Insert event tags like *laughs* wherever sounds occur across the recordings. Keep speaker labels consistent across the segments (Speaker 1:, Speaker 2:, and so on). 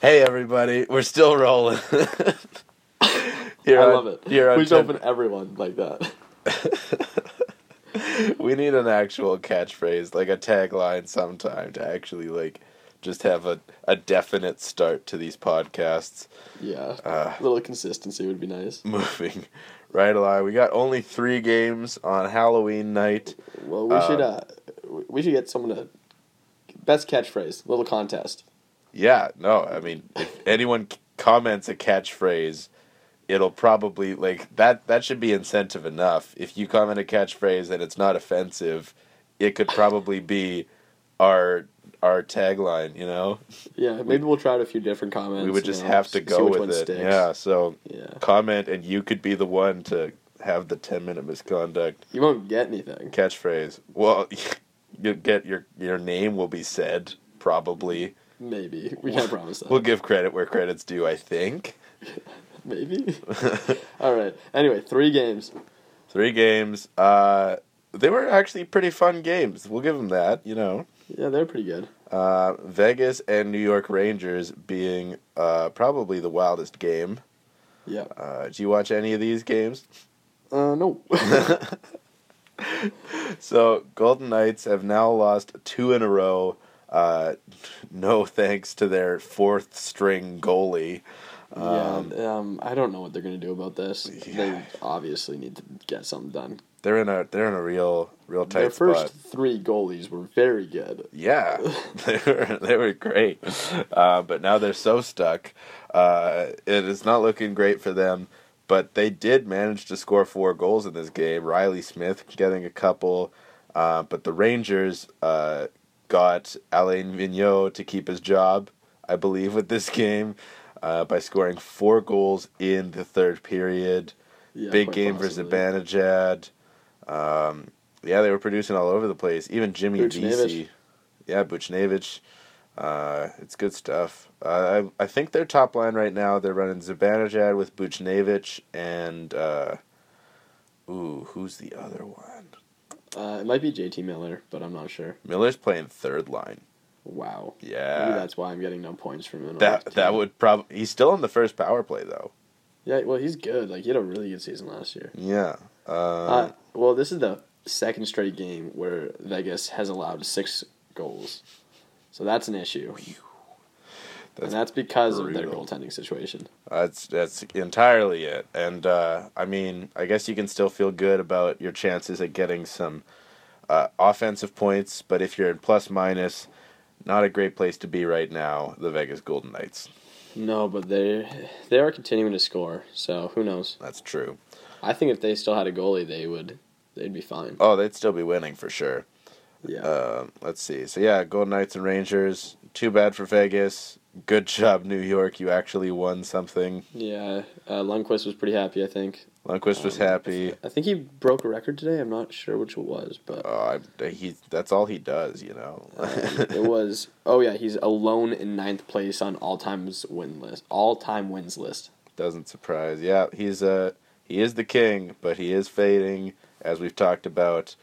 Speaker 1: Hey everybody, we're still
Speaker 2: *laughs*
Speaker 1: rolling. You're
Speaker 2: I
Speaker 1: on-
Speaker 2: love it.
Speaker 1: You're on
Speaker 2: we should
Speaker 1: ten-
Speaker 2: open everyone like that. *laughs*
Speaker 1: We need an actual catchphrase, like a tagline sometime to actually like just have a, a definite start to these podcasts. *laughs*
Speaker 2: Yeah.
Speaker 1: Uh.
Speaker 2: a little consistency would be nice.
Speaker 1: Moving right along. We got only three games on Halloween night.
Speaker 2: Well, we should uh, we should get someone to best catchphrase, little contest.
Speaker 1: Yeah, no, I mean, if anyone c- comments a catchphrase, it'll probably like that. That should be incentive enough. If you comment a catchphrase and it's not offensive, it could probably be our our tagline. You know,
Speaker 2: Yeah, maybe we'll try out a few different comments.
Speaker 1: we would
Speaker 2: and
Speaker 1: just
Speaker 2: I'll
Speaker 1: have
Speaker 2: s-
Speaker 1: to
Speaker 2: see
Speaker 1: go
Speaker 2: which
Speaker 1: with
Speaker 2: one
Speaker 1: it.
Speaker 2: sticks.
Speaker 1: Yeah. So
Speaker 2: Yeah.
Speaker 1: comment, and you could be the one to have the ten minute misconduct
Speaker 2: You won't get anything.
Speaker 1: catchphrase. Well, *laughs* you get your your name will be said probably.
Speaker 2: Maybe we can't promise that.
Speaker 1: *laughs* We'll give credit where credit's due. I think. *laughs*
Speaker 2: Maybe. *laughs* All right. Anyway, three games.
Speaker 1: Three games. Uh, they were actually pretty fun games. We'll give them that. You know,
Speaker 2: Yeah, they're pretty good.
Speaker 1: uh, Vegas and New York Rangers being uh, probably the wildest game.
Speaker 2: Yeah.
Speaker 1: Uh, did you watch any of these games? *laughs*
Speaker 2: Uh, no. *laughs*
Speaker 1: So Golden Knights have now lost two in a row. Uh, *laughs* no thanks to their fourth string goalie.
Speaker 2: yeah. Um, I don't know what they're gonna do about this. They
Speaker 1: Yeah.
Speaker 2: obviously need to get something done.
Speaker 1: They're in a they're in a real real tight
Speaker 2: Their first
Speaker 1: spot.
Speaker 2: three goalies were very good.
Speaker 1: Yeah, *laughs* they were they were great, uh, but now they're so stuck. Uh, it is not looking great for them. But they did manage to score four goals in this game. Riley Smith getting a couple, uh, but the Rangers uh, got Alain Vigneault to keep his job, I believe, with this *laughs* game uh, by scoring four goals in the third period.
Speaker 2: Yeah,
Speaker 1: Big
Speaker 2: quite
Speaker 1: game
Speaker 2: possibly.
Speaker 1: versus Abanajad. Um, yeah, they were producing all over the place. Even Jimmy
Speaker 2: Buchnevich.
Speaker 1: VC. Yeah, Buchnevich. Uh, it's good stuff. Uh, I, I think their top line right now, they're running Zibanejad with Buchnevich and, uh, ooh, who's the other one?
Speaker 2: Uh, it might be JT Miller, but I'm not sure.
Speaker 1: Miller's playing third line.
Speaker 2: Wow. Maybe
Speaker 1: Yeah.
Speaker 2: that's why I'm getting no points from him. on
Speaker 1: Uh, That,
Speaker 2: this
Speaker 1: that
Speaker 2: team.
Speaker 1: would probably, he's still on the first power play, though.
Speaker 2: Yeah, well, he's good. Like he had a really good season last year.
Speaker 1: Yeah. Uh,
Speaker 2: Uh, well, this is the second straight game where Vegas has allowed six goals, so that's an issue.
Speaker 1: That's
Speaker 2: and that's because of their
Speaker 1: brutal.
Speaker 2: goaltending situation.
Speaker 1: That's that's entirely it. And uh, I mean, I guess you can still feel good about your chances at getting some uh, offensive points, but if you're in plus minus, not a great place to be right now. The Vegas Golden Knights.
Speaker 2: No, but they they are continuing to score. So who knows?
Speaker 1: That's true.
Speaker 2: I think if they still had a goalie, they would they'd be fine.
Speaker 1: Oh, they'd still be winning for sure.
Speaker 2: Yeah.
Speaker 1: Um, let's see. So yeah, Golden Knights and Rangers. Too bad for Vegas. Good job, New York. You actually won something.
Speaker 2: yeah. Uh, Lundqvist was pretty happy. I think.
Speaker 1: Lundqvist was
Speaker 2: Um,
Speaker 1: happy.
Speaker 2: I think he broke a record today. I'm not sure which it was, but
Speaker 1: *laughs* Oh, I, he. That's all he does. You know.
Speaker 2: Uh, it was. Oh yeah, he's alone in ninth place on all times win list, all time wins list.
Speaker 1: Doesn't surprise. Yeah, he's uh he is the king, but he is fading, as we've talked about.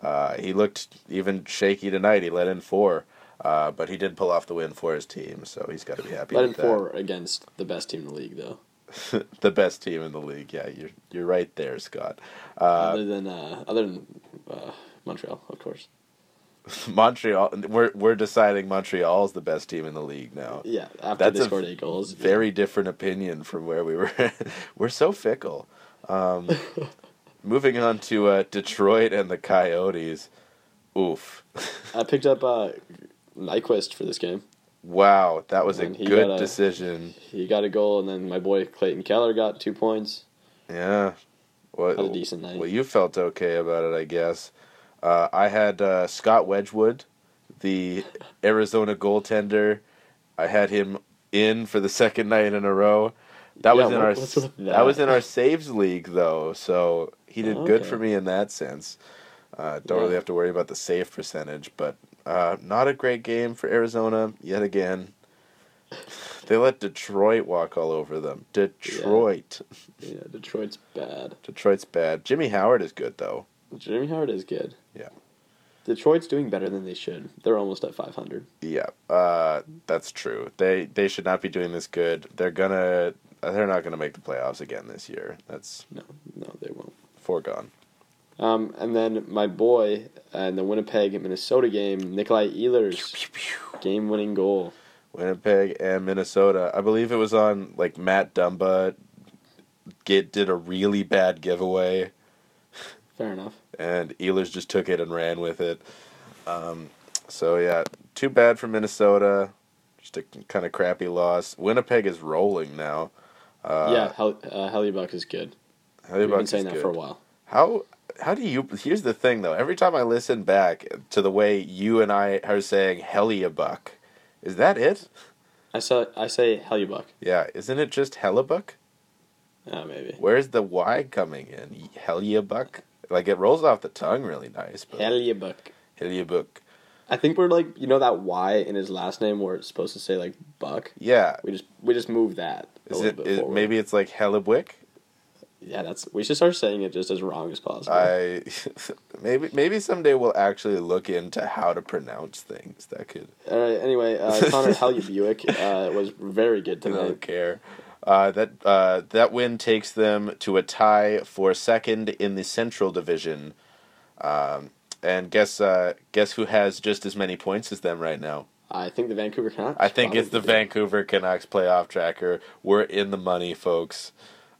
Speaker 1: Uh, he looked even shaky tonight. He let in four, uh, but he did pull off the win for his team, so he's got to be happy.
Speaker 2: Let in
Speaker 1: with that. *laughs*
Speaker 2: four against the best team in the league, though.
Speaker 1: the best team in the league. Yeah, you're you're right there, Scott.
Speaker 2: other than uh, other than uh, Montreal, of course.
Speaker 1: Montreal. We're we're deciding Montreal's the best team in the league now.
Speaker 2: Yeah, after
Speaker 1: That's
Speaker 2: they
Speaker 1: a
Speaker 2: scored eight goals.
Speaker 1: Very different opinion from where we were. *laughs* we're so fickle.
Speaker 2: *laughs*
Speaker 1: Um, moving on to uh, Detroit and the Coyotes. Oof. *laughs*
Speaker 2: I picked up uh, Nyquist for this game.
Speaker 1: Wow, that was a
Speaker 2: And he
Speaker 1: good
Speaker 2: got a-
Speaker 1: decision.
Speaker 2: He got a goal, and then my boy Clayton Keller got two points.
Speaker 1: Yeah. What,
Speaker 2: Had a decent night.
Speaker 1: Well, you felt okay about it, I guess. Uh, I had uh, Scott Wedgwood, the Arizona goaltender. I had him in for the second night in a row. That
Speaker 2: Yeah,
Speaker 1: was in
Speaker 2: what-
Speaker 1: our
Speaker 2: what's
Speaker 1: s-
Speaker 2: with
Speaker 1: that?
Speaker 2: that?
Speaker 1: was in our saves league though, so he did good
Speaker 2: Okay.
Speaker 1: for me in that sense. Uh, don't
Speaker 2: Yeah.
Speaker 1: really have to worry about the save percentage, but uh, not a great game for Arizona yet again. They let Detroit walk all over them. Detroit.
Speaker 2: Yeah, Detroit's bad.
Speaker 1: Detroit's bad. Jimmy Howard is good though.
Speaker 2: Jimmy Howard is good.
Speaker 1: Yeah.
Speaker 2: Detroit's doing better than they should. They're almost at 500.
Speaker 1: Yeah, uh, that's true. They they should not be doing this good. They're gonna they're not gonna make the playoffs again this year. That's
Speaker 2: No, no, they won't.
Speaker 1: foregone.
Speaker 2: Um, and then my boy uh, in the Winnipeg Minnesota game, Nikolai Ehlers, game winning goal.
Speaker 1: Winnipeg and Minnesota. I believe it was on like Matt Dumba get did a really bad giveaway
Speaker 2: Fair enough.
Speaker 1: and Ehlers just took it and ran with it. Um, so yeah, too bad for Minnesota. Just a kind of crappy loss. Winnipeg is rolling now. Uh,
Speaker 2: yeah, Hel- uh, Hellebuck is good. We've
Speaker 1: Hellebuck
Speaker 2: been saying
Speaker 1: is
Speaker 2: that
Speaker 1: good.
Speaker 2: for a while.
Speaker 1: How how do you? Here's the thing though. Every time I listen back to the way you and I are saying Hellebuck, is that it?
Speaker 2: I say I say Hellebuck.
Speaker 1: Yeah, isn't it just Hellebuck?
Speaker 2: Uh, maybe
Speaker 1: Where's the Y coming in? Hellebuck? Like it rolls off the tongue really nice, but
Speaker 2: Hellebuck.
Speaker 1: Hellebuck.
Speaker 2: I think we're like you know that Y in his last name where it's supposed to say like Buck.
Speaker 1: Yeah.
Speaker 2: We just we just move that. a
Speaker 1: Is
Speaker 2: little
Speaker 1: it,
Speaker 2: bit
Speaker 1: is-
Speaker 2: forward.
Speaker 1: maybe it's like Hellebuck?
Speaker 2: Yeah, that's we should start saying it just as wrong as possible.
Speaker 1: I *laughs* maybe maybe someday we'll actually look into how to pronounce things. That could
Speaker 2: All right. Anyway,
Speaker 1: *laughs*
Speaker 2: uh, Connor Hellebuck uh, was very good
Speaker 1: I don't
Speaker 2: tonight.
Speaker 1: care. Uh, that uh, that win takes them to a tie for second in the Central Division. Um, and guess uh, guess who has just as many points as them right now?
Speaker 2: I think the Vancouver Canucks.
Speaker 1: I think it's the
Speaker 2: probably did.
Speaker 1: Vancouver Canucks playoff tracker. We're in the money, folks.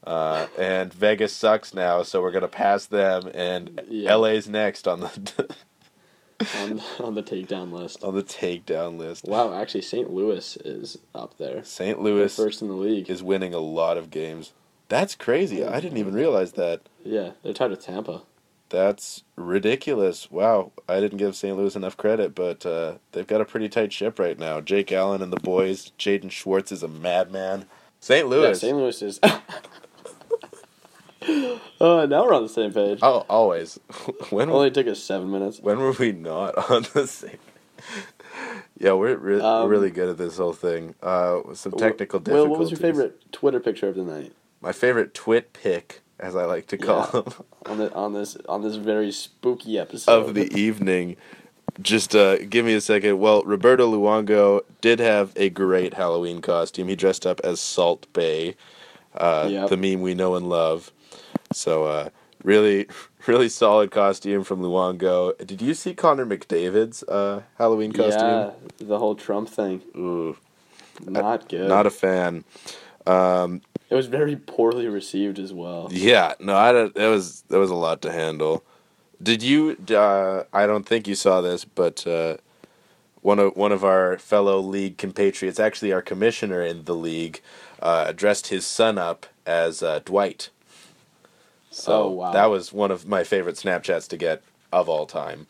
Speaker 1: Uh, and Vegas sucks now, so we're gonna pass them. And
Speaker 2: Yeah.
Speaker 1: LA's next on the *laughs*
Speaker 2: on, on the takedown list.
Speaker 1: on the takedown list.
Speaker 2: Wow, actually, St. Louis is up there.
Speaker 1: St.
Speaker 2: They're
Speaker 1: Louis
Speaker 2: first in the league.
Speaker 1: is winning a lot of games. That's crazy. I didn't even realize that.
Speaker 2: yeah, they're tied with Tampa.
Speaker 1: That's ridiculous. Wow, I didn't give St. Louis enough credit, but uh, they've got a pretty tight ship right now. Jake Allen and the boys. Jaden Schwartz is a madman. St. Louis.
Speaker 2: Yeah, St. Louis is. *laughs* uh, now we're on the same page.
Speaker 1: Oh, always. *laughs* when
Speaker 2: Only took us seven minutes.
Speaker 1: When were we not *laughs* on the same? yeah, we're re- we're
Speaker 2: Um,
Speaker 1: really good at this whole thing. Uh, some technical
Speaker 2: Will,
Speaker 1: difficulties.
Speaker 2: what was your favorite Twitter picture of the night
Speaker 1: My favorite twit pick, as I like to call *laughs*
Speaker 2: Yeah.
Speaker 1: them,
Speaker 2: on the on this on this very spooky episode
Speaker 1: of the evening. Just uh, give me a second. Well, Roberto Luongo did have a great Halloween costume. He dressed up as Salt Bay, uh,
Speaker 2: Yep.
Speaker 1: the meme we know and love. So, uh, really, *laughs* really solid costume from Luongo. Did you see Connor McDavid's uh, Halloween costume?
Speaker 2: Yeah, the whole Trump thing.
Speaker 1: Ooh.
Speaker 2: Not good.
Speaker 1: Not a fan. Um,
Speaker 2: it was very poorly received as well.
Speaker 1: yeah, no, I don't, that was that was a lot to handle. Did you? Uh, I don't think you saw this, but uh, one of one of our fellow league compatriots, actually our commissioner in the league, uh, dressed his son up as uh, Dwight. So
Speaker 2: Oh, wow.
Speaker 1: that was one of my favorite Snapchats to get of all time.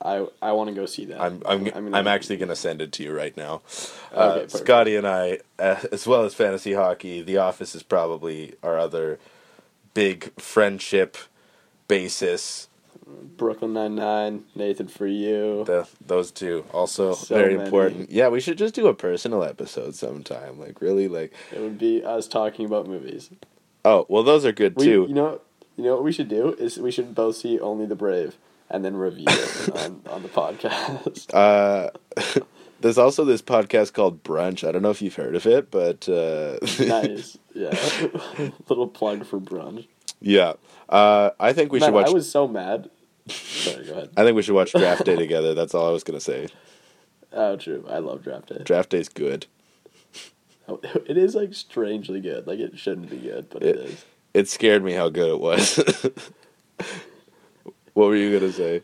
Speaker 2: I I want to go see that.
Speaker 1: I'm I'm
Speaker 2: I mean,
Speaker 1: I'm, actually gonna send it to you right now.
Speaker 2: Okay,
Speaker 1: Uh,
Speaker 2: perfect.
Speaker 1: Scotty and I, uh, as well as fantasy hockey, The Office is probably our other big friendship basis.
Speaker 2: Brooklyn Nine Nine, Nathan for you.
Speaker 1: The, those two also
Speaker 2: So
Speaker 1: very
Speaker 2: many.
Speaker 1: important. Yeah, we should just do a personal episode sometime. Like really, like
Speaker 2: It would be us talking about movies.
Speaker 1: oh well, those are good
Speaker 2: We,
Speaker 1: too.
Speaker 2: *laughs* You know, you know what we should do is we should both see Only the Brave and then review it
Speaker 1: *laughs*
Speaker 2: on, on the podcast.
Speaker 1: Uh, *laughs* there's also this podcast called Brunch. I don't know if you've heard of it, but uh, *laughs*
Speaker 2: nice, yeah. *laughs* Little plug for brunch.
Speaker 1: yeah, uh, I think we
Speaker 2: Man,
Speaker 1: should watch.
Speaker 2: I was so mad. Sorry, go ahead.
Speaker 1: *laughs* I think we should watch Draft
Speaker 2: *laughs*
Speaker 1: Day together. That's all I was gonna say.
Speaker 2: Oh, true. I love draft day.
Speaker 1: Draft Day's good.
Speaker 2: Oh, It is like strangely good. Like it shouldn't be good, but it
Speaker 1: It-
Speaker 2: is.
Speaker 1: It scared me how good it was. *laughs* what were you gonna say?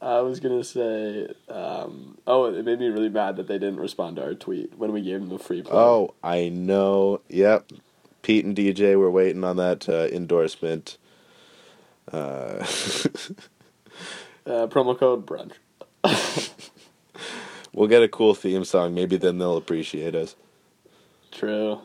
Speaker 2: I was gonna say, um, oh, it made me really mad that they didn't respond to our tweet when we gave them the free play.
Speaker 1: Oh, I know. Yep, Pete and DJ were waiting on that uh, endorsement. Uh,
Speaker 2: uh, promo code brunch.
Speaker 1: we'll get a cool theme song. Maybe then they'll appreciate us.
Speaker 2: True.